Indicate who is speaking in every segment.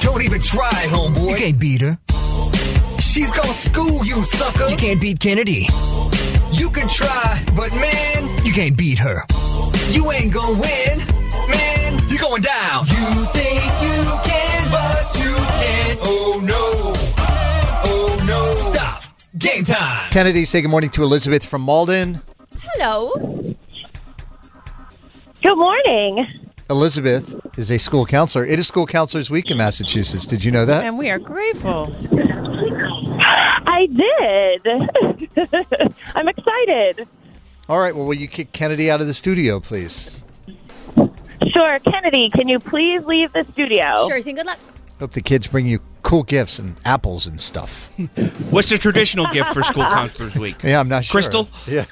Speaker 1: Don't even try, homeboy.
Speaker 2: You can't beat her.
Speaker 1: She's gonna school you, sucker.
Speaker 2: You can't beat Kennedy.
Speaker 1: You can try, but man,
Speaker 2: you can't beat her.
Speaker 1: You ain't gonna win, man.
Speaker 2: You're going down.
Speaker 1: You think you can, but you can't. Oh no. Oh no.
Speaker 2: Stop. Game time.
Speaker 3: Kennedy, say good morning to Elizabeth from Malden.
Speaker 4: Hello. Good morning.
Speaker 3: Elizabeth is a school counselor. It is School Counselors Week in Massachusetts. Did you know that?
Speaker 5: And we are grateful.
Speaker 4: I did. I'm excited.
Speaker 3: All right. Well, will you kick Kennedy out of the studio, please?
Speaker 4: Sure. Kennedy, can you please leave the studio?
Speaker 5: Sure thing. Good luck.
Speaker 3: Hope the kids bring you cool gifts and apples and stuff.
Speaker 6: What's the traditional gift for School Counselors Week?
Speaker 3: Yeah, I'm not sure.
Speaker 6: Crystal?
Speaker 3: Yeah.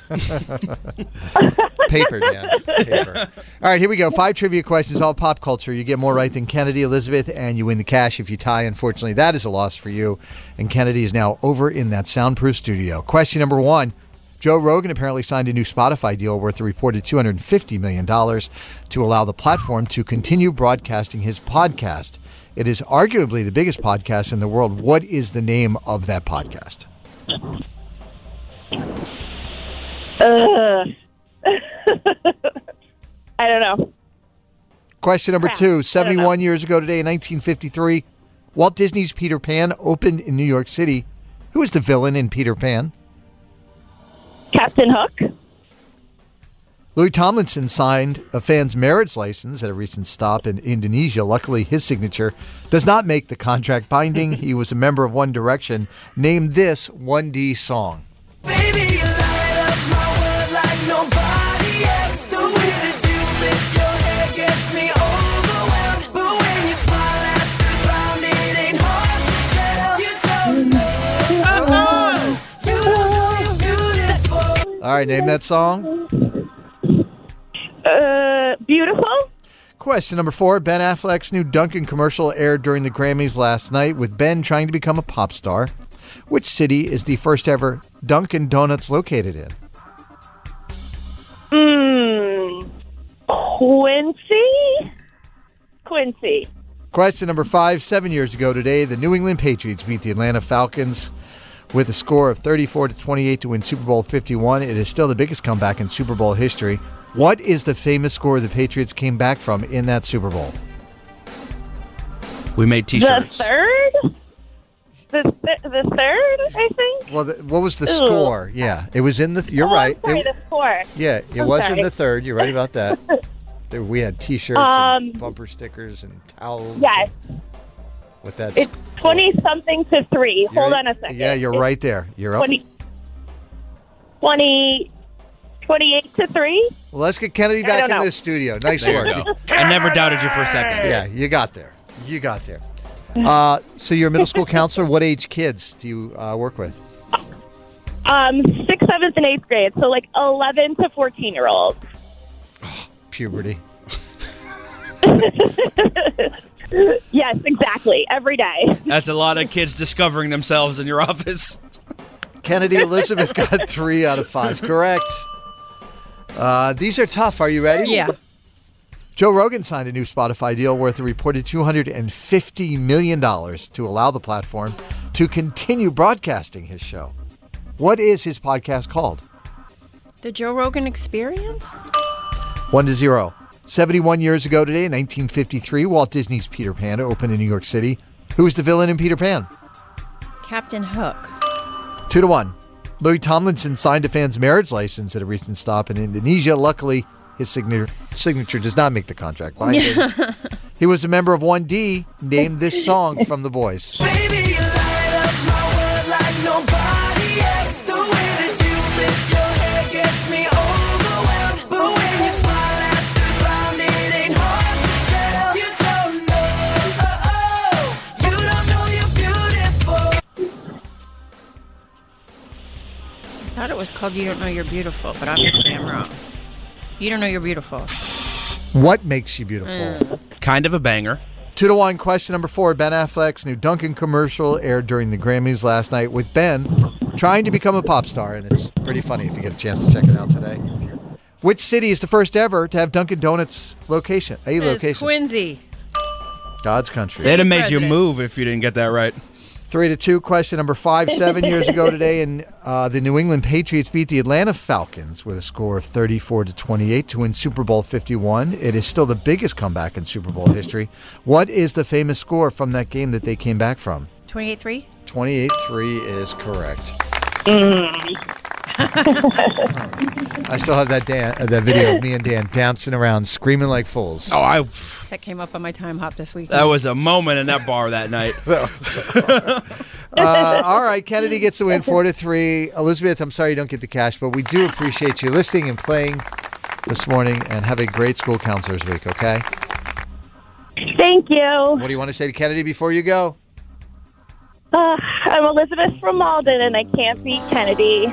Speaker 3: Paper, Dan. Paper. All right, here we go. Five trivia questions, all pop culture. You get more right than Kennedy, Elizabeth, and you win the cash. If you tie, unfortunately, that is a loss for you. And Kennedy is now over in that soundproof studio. Question number one. Joe Rogan apparently signed a new Spotify deal worth a reported $250 million to allow the platform to continue broadcasting his podcast. It is arguably the biggest podcast in the world. What is the name of that podcast?
Speaker 4: Ugh. I don't know.
Speaker 3: Question number two 71 years ago today in 1953, Walt Disney's Peter Pan opened in New York City. Who is the villain in Peter Pan?
Speaker 4: Captain Hook.
Speaker 3: Louis Tomlinson signed a fan's marriage license at a recent stop in Indonesia. Luckily, his signature does not make the contract binding. he was a member of One Direction. Name this 1D song.
Speaker 1: Baby, you light up my world like nobody else. The way that you flip your hair gets me overwhelmed. But when you smile at the ground, it ain't hard to tell. You don't know. You don't know you're beautiful.
Speaker 3: All right, name that song.
Speaker 4: Uh, beautiful.
Speaker 3: Question number four Ben Affleck's new Duncan commercial aired during the Grammys last night with Ben trying to become a pop star. Which city is the first ever Dunkin' Donuts located in?
Speaker 4: Mm, Quincy. Quincy.
Speaker 3: Question number five. Seven years ago today, the New England Patriots beat the Atlanta Falcons with a score of 34 to 28 to win Super Bowl 51. It is still the biggest comeback in Super Bowl history. What is the famous score the Patriots came back from in that Super Bowl?
Speaker 6: We made
Speaker 4: The
Speaker 6: T-shirts.
Speaker 4: third. The th- the third, I think.
Speaker 3: Well, the, what was the
Speaker 4: Ooh.
Speaker 3: score? Yeah, it was in the. You're
Speaker 4: Oh, I'm
Speaker 3: right.
Speaker 4: sorry,
Speaker 3: It-
Speaker 4: the fourth.
Speaker 3: yeah, it
Speaker 4: I'm
Speaker 3: was
Speaker 4: sorry.
Speaker 3: in the third. You're right about that. There- we had T-shirts,
Speaker 4: Um,
Speaker 3: and bumper stickers, and towels.
Speaker 4: Yes.
Speaker 3: and What that?
Speaker 4: It's twenty something to three. Hold on a second.
Speaker 3: Yeah, you're
Speaker 4: It's
Speaker 3: right there. You're up.
Speaker 4: 20, 20 28 to three.
Speaker 3: Well, let's get Kennedy
Speaker 4: I
Speaker 3: back
Speaker 4: don't
Speaker 3: in
Speaker 4: know.
Speaker 3: the studio. Nice
Speaker 6: There
Speaker 3: work.
Speaker 6: you go. I never doubted you for a second.
Speaker 3: Yeah, you got there. You got there. Uh, so you're a middle school counselor. What age kids do you uh, work with?
Speaker 4: Um, sixth, seventh, and eighth grade. So like eleven to fourteen year olds.
Speaker 3: Puberty.
Speaker 4: yes, exactly. Every day.
Speaker 6: That's a lot of kids discovering themselves in your office.
Speaker 3: Kennedy Elizabeth got three out of five. Correct. Uh, these are tough. Are you ready?
Speaker 5: Yeah.
Speaker 3: Joe Rogan signed a new Spotify deal worth a reported $250 million to allow the platform to continue broadcasting his show. What is his podcast called?
Speaker 5: The Joe Rogan Experience?
Speaker 3: One to zero. 71 years ago today, in 1953, Walt Disney's Peter Pan opened in New York City. Who was the villain in Peter Pan?
Speaker 5: Captain Hook.
Speaker 3: Two to one. Louis Tomlinson signed a fan's marriage license at a recent stop in Indonesia. Luckily, his signature, signature does not make the contract. Why did- he was a member of 1D, named this song from the boys.
Speaker 1: Baby, you light up my world like nobody else. The way that you flip your hair gets me overwhelmed. But when you smile at the ground, it ain't hard to tell. You don't know, oh, oh, you don't know you're beautiful.
Speaker 5: I thought it was called You Don't Know You're Beautiful, but obviously I'm wrong. You Don't Know You're Beautiful.
Speaker 3: What makes you beautiful?
Speaker 6: Kind of a banger.
Speaker 3: Two to one. Question number four. Ben Affleck's new Duncan commercial aired during the Grammys last night with Ben trying to become a pop star, and it's pretty funny if you get a chance to check it out today. Which city is the first ever to have Dunkin' Donuts location? A
Speaker 5: It's
Speaker 3: location.
Speaker 5: Quincy.
Speaker 3: God's country.
Speaker 6: They'd have made you
Speaker 5: Presidents.
Speaker 6: move if you didn't get that right.
Speaker 3: Three to two. Question number five. Seven years ago today, and uh, the New England Patriots beat the Atlanta Falcons with a score of thirty-four to twenty-eight to win Super Bowl Fifty-one. It is still the biggest comeback in Super Bowl history. What is the famous score from that game that they came back from?
Speaker 5: 28 3?
Speaker 3: Twenty-eight-three is correct. I still have that Dan, uh, that video of me and Dan dancing around, screaming like fools.
Speaker 6: Oh, I.
Speaker 5: That came up on my time hop this week.
Speaker 6: That was a moment in that bar that night.
Speaker 3: Uh, all right, Kennedy gets the win, four to three. Elizabeth, I'm sorry you don't get the cash, but we do appreciate you listening and playing this morning. And have a great school counselors week. Okay.
Speaker 4: Thank you.
Speaker 3: What do you want to say to Kennedy before you go?
Speaker 4: Uh, I'm Elizabeth from Malden, and I can't beat Kennedy.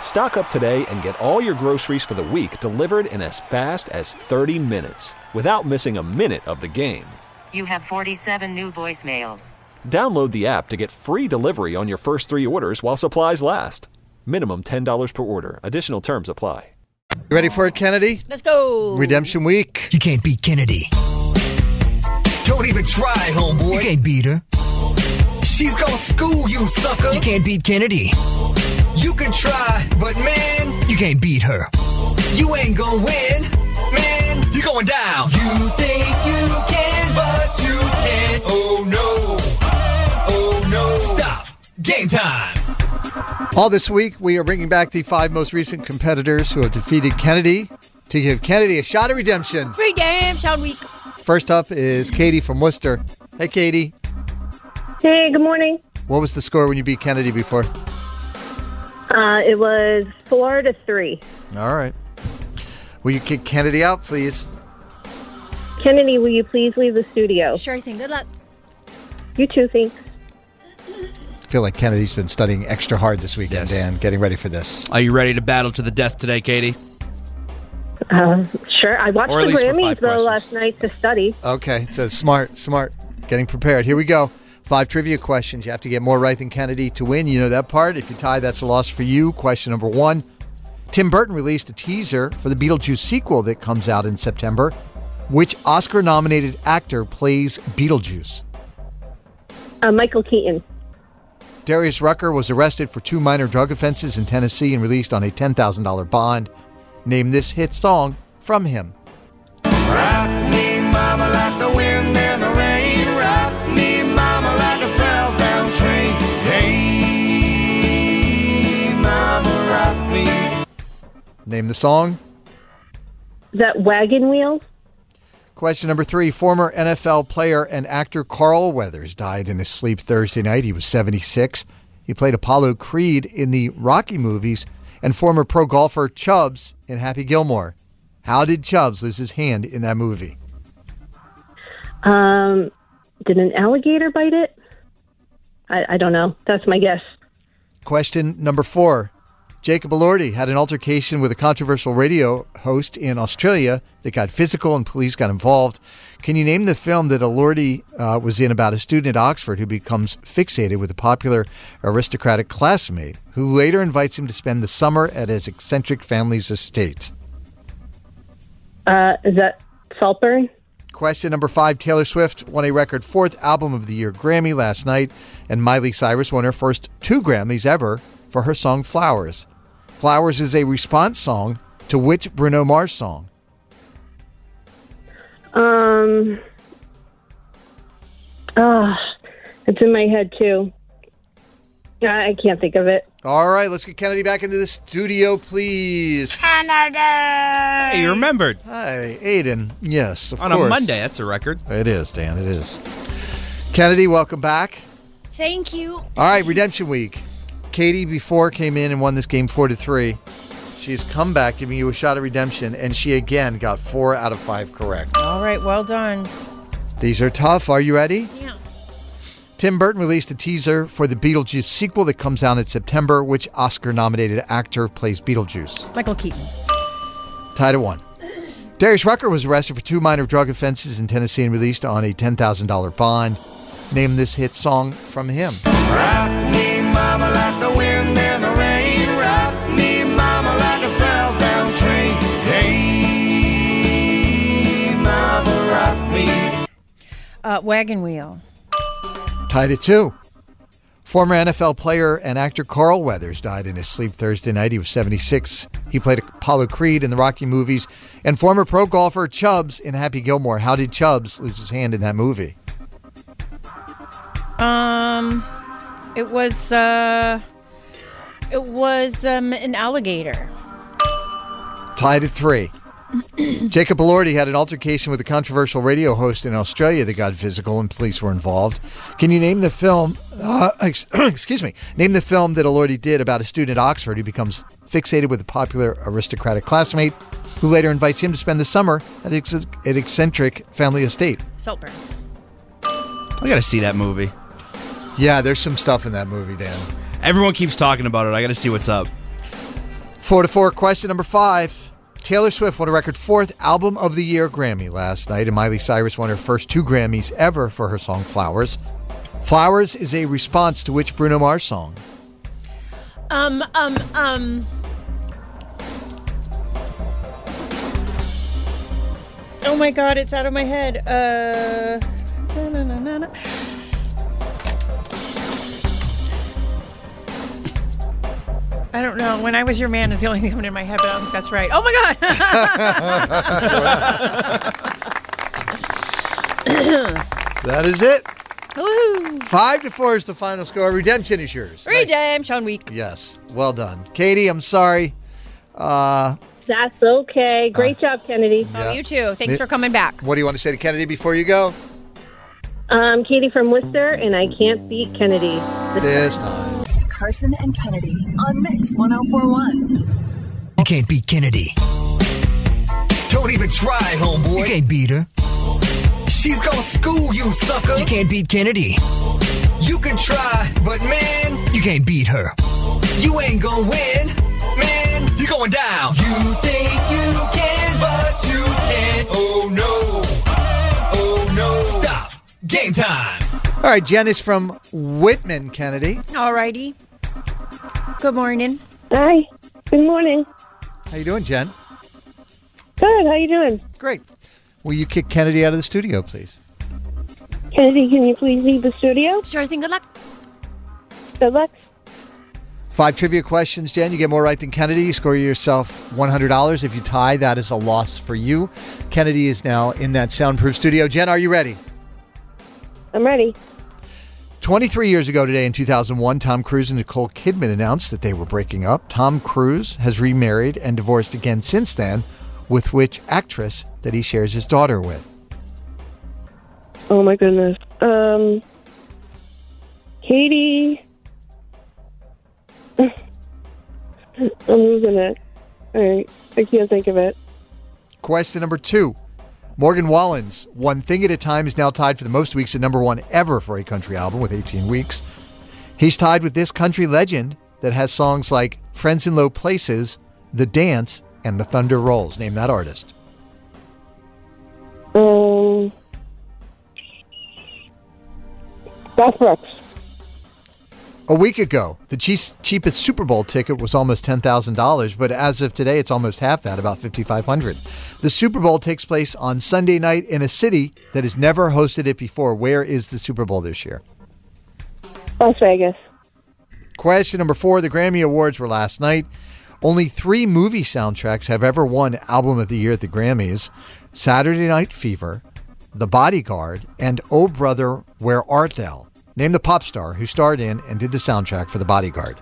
Speaker 7: Stock up today and get all your groceries for the week delivered in as fast as 30 minutes without missing a minute of the game.
Speaker 8: You have 47 new voicemails.
Speaker 7: Download the app to get free delivery on your first three orders while supplies last. Minimum $10 per order. Additional terms apply.
Speaker 3: You ready for it, Kennedy?
Speaker 5: Let's go.
Speaker 3: Redemption week.
Speaker 2: You can't beat Kennedy. Don't even try, homeboy. You can't beat her. She's gonna school you, sucker. You can't beat Kennedy. You can try, but man, you can't beat her. You ain't gonna win, man. You're going down. You think you can, but you can't. Oh no. Oh no. Stop. Game time.
Speaker 3: All this week, we are bringing back the five most recent competitors who have defeated Kennedy. to give Kennedy a shot at redemption.
Speaker 5: Redemption week.
Speaker 3: First up is Katie from Worcester. Hey, Katie.
Speaker 9: Hey, good morning.
Speaker 3: What was the score when you beat Kennedy before?
Speaker 9: Uh, it was four to three.
Speaker 3: All right. Will you kick Kennedy out, please?
Speaker 9: Kennedy, will you please leave the studio?
Speaker 5: Sure thing. Good luck.
Speaker 9: You too, thanks.
Speaker 3: I feel like Kennedy's been studying extra hard this weekend, Dan, getting ready for this.
Speaker 6: Are you ready to battle to the death today, Katie?
Speaker 9: Uh, sure. I watched
Speaker 3: Or at
Speaker 9: the
Speaker 3: least for
Speaker 9: Grammys
Speaker 3: five
Speaker 9: though last night to study.
Speaker 3: Okay, so smart, smart, getting prepared. Here we go. Five trivia questions. You have to get more right than Kennedy to win. You know that part. If you tie, that's a loss for you. Question number one Tim Burton released a teaser for the Beetlejuice sequel that comes out in September. Which Oscar nominated actor plays Beetlejuice?
Speaker 9: Uh, Michael Keaton.
Speaker 3: Darius Rucker was arrested for two minor drug offenses in Tennessee and released on a $10,000 bond. Name this hit song from him.
Speaker 1: Me mama like the wind and the rain. Rock me mama like a southbound train. Hey, mama, rock me.
Speaker 3: Name the song.
Speaker 9: Is that Wagon Wheels?
Speaker 3: Question number three. Former NFL player and actor Carl Weathers died in his sleep Thursday night. He was 76. He played Apollo Creed in the Rocky movies and former pro golfer Chubbs in Happy Gilmore. How did Chubbs lose his hand in that movie?
Speaker 9: Um, did an alligator bite it? I, I don't know. That's my guess.
Speaker 3: Question number four. Jacob Elordi had an altercation with a controversial radio host in Australia that got physical and police got involved. Can you name the film that Elordi uh, was in about a student at Oxford who becomes fixated with a popular aristocratic classmate who later invites him to spend the summer at his eccentric family's estate?
Speaker 9: Uh, is that Saltburn?
Speaker 3: Question number five Taylor Swift won a record fourth Album of the Year Grammy last night, and Miley Cyrus won her first two Grammys ever for her song Flowers. Flowers is a response song to which Bruno Mars song?
Speaker 9: Um, oh, it's in my head too. I I can't think of it.
Speaker 3: All right, let's get Kennedy back into the studio, please.
Speaker 9: Canada.
Speaker 6: Hey, you remembered.
Speaker 3: Hi, Aiden. Yes, of
Speaker 6: On
Speaker 3: course.
Speaker 6: a Monday, that's a record.
Speaker 3: It is, Dan, it is. Kennedy, welcome back.
Speaker 5: Thank you.
Speaker 3: All right, Redemption Week. Katie before came in and won this game four to three. She's come back giving you a shot at redemption, and she again got four out of five correct.
Speaker 5: All right. Well done.
Speaker 3: These are tough. Are you ready?
Speaker 5: Yeah.
Speaker 3: Tim Burton released a teaser for the Beetlejuice sequel that comes out in September. Which Oscar nominated actor plays Beetlejuice?
Speaker 5: Michael Keaton.
Speaker 3: Tied at one. Darius Rucker was arrested for two minor drug offenses in Tennessee and released on a $10,000 bond. Name this hit song from him.
Speaker 1: Rock me mama like the wind and the rain. Rock me mama like a southbound train. Hey, mama, rock me.
Speaker 5: Uh, wagon wheel.
Speaker 3: Tied at two. Former NFL player and actor Carl Weathers died in his sleep Thursday night. He was 76. He played Apollo Creed in the Rocky movies. And former pro golfer Chubbs in Happy Gilmore. How did Chubbs lose his hand in that movie?
Speaker 5: Um, it was uh, it was um an alligator.
Speaker 3: Tied at three. Jacob Elordi had an altercation with a controversial radio host in Australia that got physical and police were involved. Can you name the film? Uh, ex- excuse me. Name the film that Elordi did about a student at Oxford who becomes fixated with a popular aristocratic classmate who later invites him to spend the summer at ex- at eccentric family estate.
Speaker 5: Saltburn.
Speaker 6: I got to see that movie.
Speaker 3: Yeah, there's some stuff in that movie, Dan.
Speaker 6: Everyone keeps talking about it. I got to see what's up.
Speaker 3: Four to four. Question number five. Taylor Swift won a record fourth Album of the Year Grammy last night, and Miley Cyrus won her first two Grammys ever for her song Flowers. Flowers is a response to which Bruno Mars song?
Speaker 5: Um, um, um. Oh my God, it's out of my head. Uh, da-na-na-na-na. I don't know. When I was your man is the only thing coming in my head, but I don't think that's right. Oh my
Speaker 3: That is it.
Speaker 5: God! Woohoo!
Speaker 3: Five to four is the final score. Redemption is yours.
Speaker 5: Redemption week.
Speaker 3: Yes. Well done. Katie, I'm sorry. Uh,
Speaker 9: That's okay. Great job, Kennedy.
Speaker 3: Yeah.
Speaker 10: You too. Thanks
Speaker 3: Yeah.
Speaker 10: for coming back.
Speaker 3: What do you want to say to Kennedy before you go?
Speaker 9: Um, Katie from Worcester, and I can't beat Kennedy.
Speaker 3: This time.
Speaker 11: Carson and Kennedy on Mix 1041.
Speaker 2: You can't beat Kennedy. Don't even try, homeboy. You can't beat her. She's gonna school you, sucker. You can't beat Kennedy. You can try, but man, you can't beat her. You ain't gonna win, man. You're going down. You think you can, but you can't. Oh no. Oh no. Stop. Game time.
Speaker 3: All right, Jen is from Whitman, Kennedy.
Speaker 10: Alrighty. Good morning.
Speaker 9: Hi. Good morning.
Speaker 3: How you doing, Jen?
Speaker 9: Good. How you doing?
Speaker 3: Great. Will you kick Kennedy out of the studio, please?
Speaker 9: Kennedy, can you please leave the studio?
Speaker 10: Sure thing. Good luck.
Speaker 9: Good luck.
Speaker 3: Five trivia questions, Jen. You get more right than Kennedy. You score yourself $100. If you tie, that is a loss for you. Kennedy is now in that soundproof studio. Jen, are you ready?
Speaker 9: I'm ready.
Speaker 3: 23 years ago today in 2001, Tom Cruise and Nicole Kidman announced that they were breaking up. Tom Cruise has remarried and divorced again since then, with which actress that he shares his daughter with?
Speaker 9: Oh my goodness. Um, Katie. I'm losing it. All right. I can't think of it.
Speaker 3: Question number two. Morgan Wallen's One Thing at a Time is now tied for the most weeks at number one ever for a country album with 18 weeks. He's tied with this country legend that has songs like Friends in Low Places, The Dance, and The Thunder Rolls. Name that artist.
Speaker 9: Um, Beth Brooks.
Speaker 3: A week ago, the cheas- cheapest Super Bowl ticket was almost $10,000, but as of today, it's almost half that, about 5500 The Super Bowl takes place on Sunday night in a city that has never hosted it before. Where is the Super Bowl this year?
Speaker 9: Las Vegas.
Speaker 3: Question number four The Grammy Awards were last night. Only three movie soundtracks have ever won Album of the Year at the Grammys Saturday Night Fever, The Bodyguard, and Oh Brother, Where Art Thou? Name the pop star who starred in and did the soundtrack for The Bodyguard.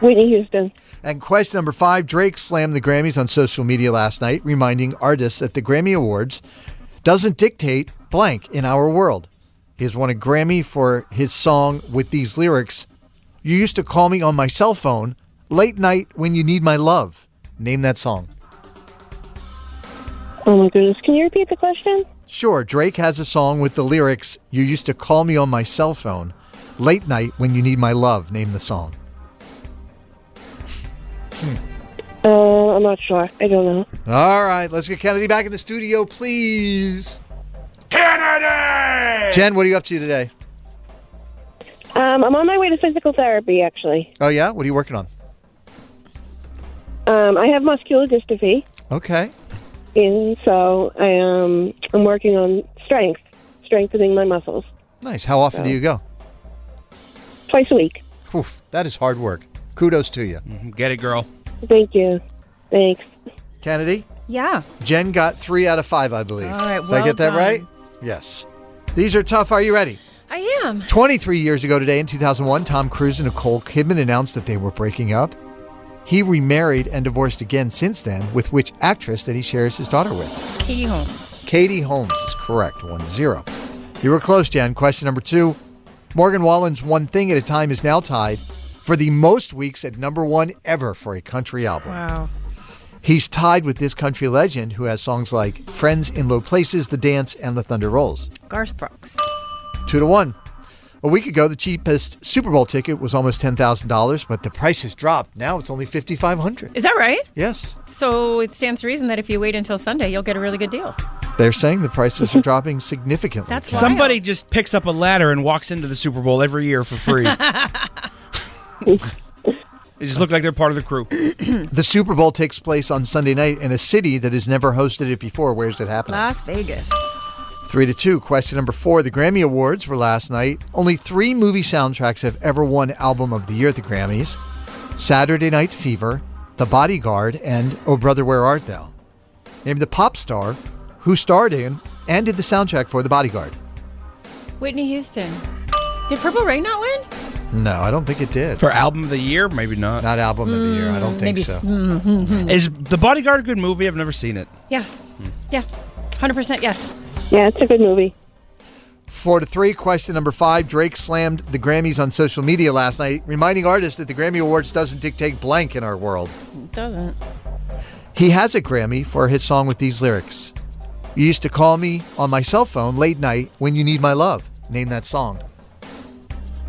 Speaker 9: Whitney Houston.
Speaker 3: And question number five Drake slammed the Grammys on social media last night, reminding artists that the Grammy Awards doesn't dictate blank in our world. He has won a Grammy for his song with these lyrics You used to call me on my cell phone late night when you need my love. Name that song.
Speaker 9: Oh my goodness. Can you repeat the question?
Speaker 3: Sure, Drake has a song with the lyrics You used to call me on my cell phone late night when you need my love. Name the song.
Speaker 9: Uh, I'm not sure. I don't know.
Speaker 3: All right, let's get Kennedy back in the studio, please. Kennedy! Jen, what are you up to today?
Speaker 9: Um, I'm on my way to physical therapy, actually.
Speaker 3: Oh, yeah? What are you working on?
Speaker 9: Um, I have muscular dystrophy,
Speaker 3: Okay.
Speaker 9: and so I um, I'm working on strength, strengthening my muscles
Speaker 3: Nice. How often do you go?
Speaker 9: twice a week.
Speaker 3: Oof, that is hard work. Kudos to
Speaker 10: Mm.
Speaker 3: you.
Speaker 6: Get it, girl.
Speaker 9: Thank you. Thanks.
Speaker 3: Kennedy?
Speaker 10: Yeah.
Speaker 3: Jen got three out of five, I believe.
Speaker 10: All right,
Speaker 3: Did I
Speaker 10: well
Speaker 3: get that
Speaker 10: done.
Speaker 3: right? Yes. These are tough. Are you ready?
Speaker 10: I am.
Speaker 3: 23 years ago today in 2001, Tom Cruise and Nicole Kidman announced that they were breaking up. He remarried and divorced again since then, with which actress that he shares his daughter with?
Speaker 10: Katie Holmes.
Speaker 3: Katie Holmes is correct. 1 0. You were close, Jen. Question number two Morgan Wallen's One Thing at a Time is now tied for the most weeks at number one ever for a country album.
Speaker 10: Wow.
Speaker 3: He's tied with this country legend who has songs like Friends in Low Places, The Dance, and The Thunder Rolls.
Speaker 10: Garth Brooks.
Speaker 3: Two to one. A week ago, the cheapest Super Bowl ticket was almost $10,000, but the price has dropped. Now it's only 5500
Speaker 10: Is that right?
Speaker 3: Yes.
Speaker 10: So it stands to reason that if you wait until Sunday, you'll get a really good deal.
Speaker 3: They're saying the prices are dropping significantly.
Speaker 10: That's wild.
Speaker 6: Somebody just picks up a ladder and walks into the Super Bowl every year for free. they just look like they're part of the crew.
Speaker 3: The Super Bowl takes place on Sunday night in a city that has never hosted it before. Where's it happening?
Speaker 5: Ah.
Speaker 10: Las Vegas.
Speaker 3: Three to two. Question number four. The Grammy Awards were last night. Only three movie soundtracks have ever won Album of the Year at the Grammys Saturday Night Fever, The Bodyguard, and Oh Brother, Where Art Thou? Named the pop star who starred in and did the soundtrack for The Bodyguard.
Speaker 10: Whitney Houston. Did Purple Rain not win?
Speaker 3: No, I don't think it did.
Speaker 6: For album of the year, maybe not.
Speaker 3: Not album of the year. I don't think
Speaker 5: Maybe
Speaker 3: so.
Speaker 5: s- mm, mm, mm.
Speaker 6: Is The Bodyguard a good movie? I've never seen it.
Speaker 5: yeah,
Speaker 10: Hmm.
Speaker 5: yeah, hundred percent. Yes.
Speaker 9: Yeah, it's a good movie.
Speaker 3: Four to three. Question number five. Drake slammed the Grammys on social media last night, reminding artists that the Grammy Awards doesn't dictate blank in our world.
Speaker 5: It doesn't.
Speaker 3: He has a Grammy for his song with these lyrics. You used to call me on my cell phone late night when you need my love. Name that song.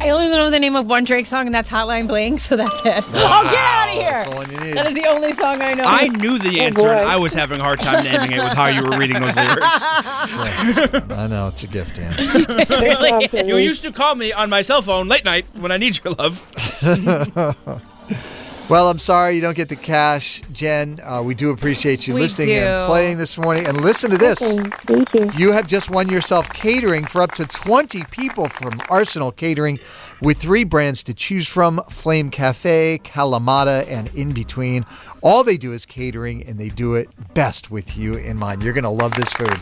Speaker 5: I only know the name of one Drake song, and that's Hotline Bling. So that's it. Oh, get out of here!
Speaker 3: That's the one you need.
Speaker 5: That is the only song I know.
Speaker 6: I knew the answer, and I was having a hard time naming it with how you were reading those lyrics.
Speaker 3: I know it's a gift, Dan.
Speaker 6: you used to call me on my cell phone late night when I need your love.
Speaker 3: well, I'm sorry you don't get the cash, Jen. Uh, we do appreciate you
Speaker 6: We
Speaker 3: listening
Speaker 6: do.
Speaker 3: and playing this morning. And listen to this. Thank you. You have just won yourself catering for up to 20 people from Arsenal Catering with three brands to choose from Flame Cafe, Kalamata, and In Between. All they do is catering, and they do it best with you in mind. You're going to love this food.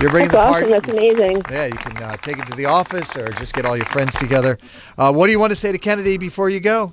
Speaker 3: You're bringing
Speaker 9: That's
Speaker 3: the party.
Speaker 9: awesome. That's amazing.
Speaker 3: Yeah, you can uh, take it to the office or just get all your friends together. Uh, what do you want to say to Kennedy before you go?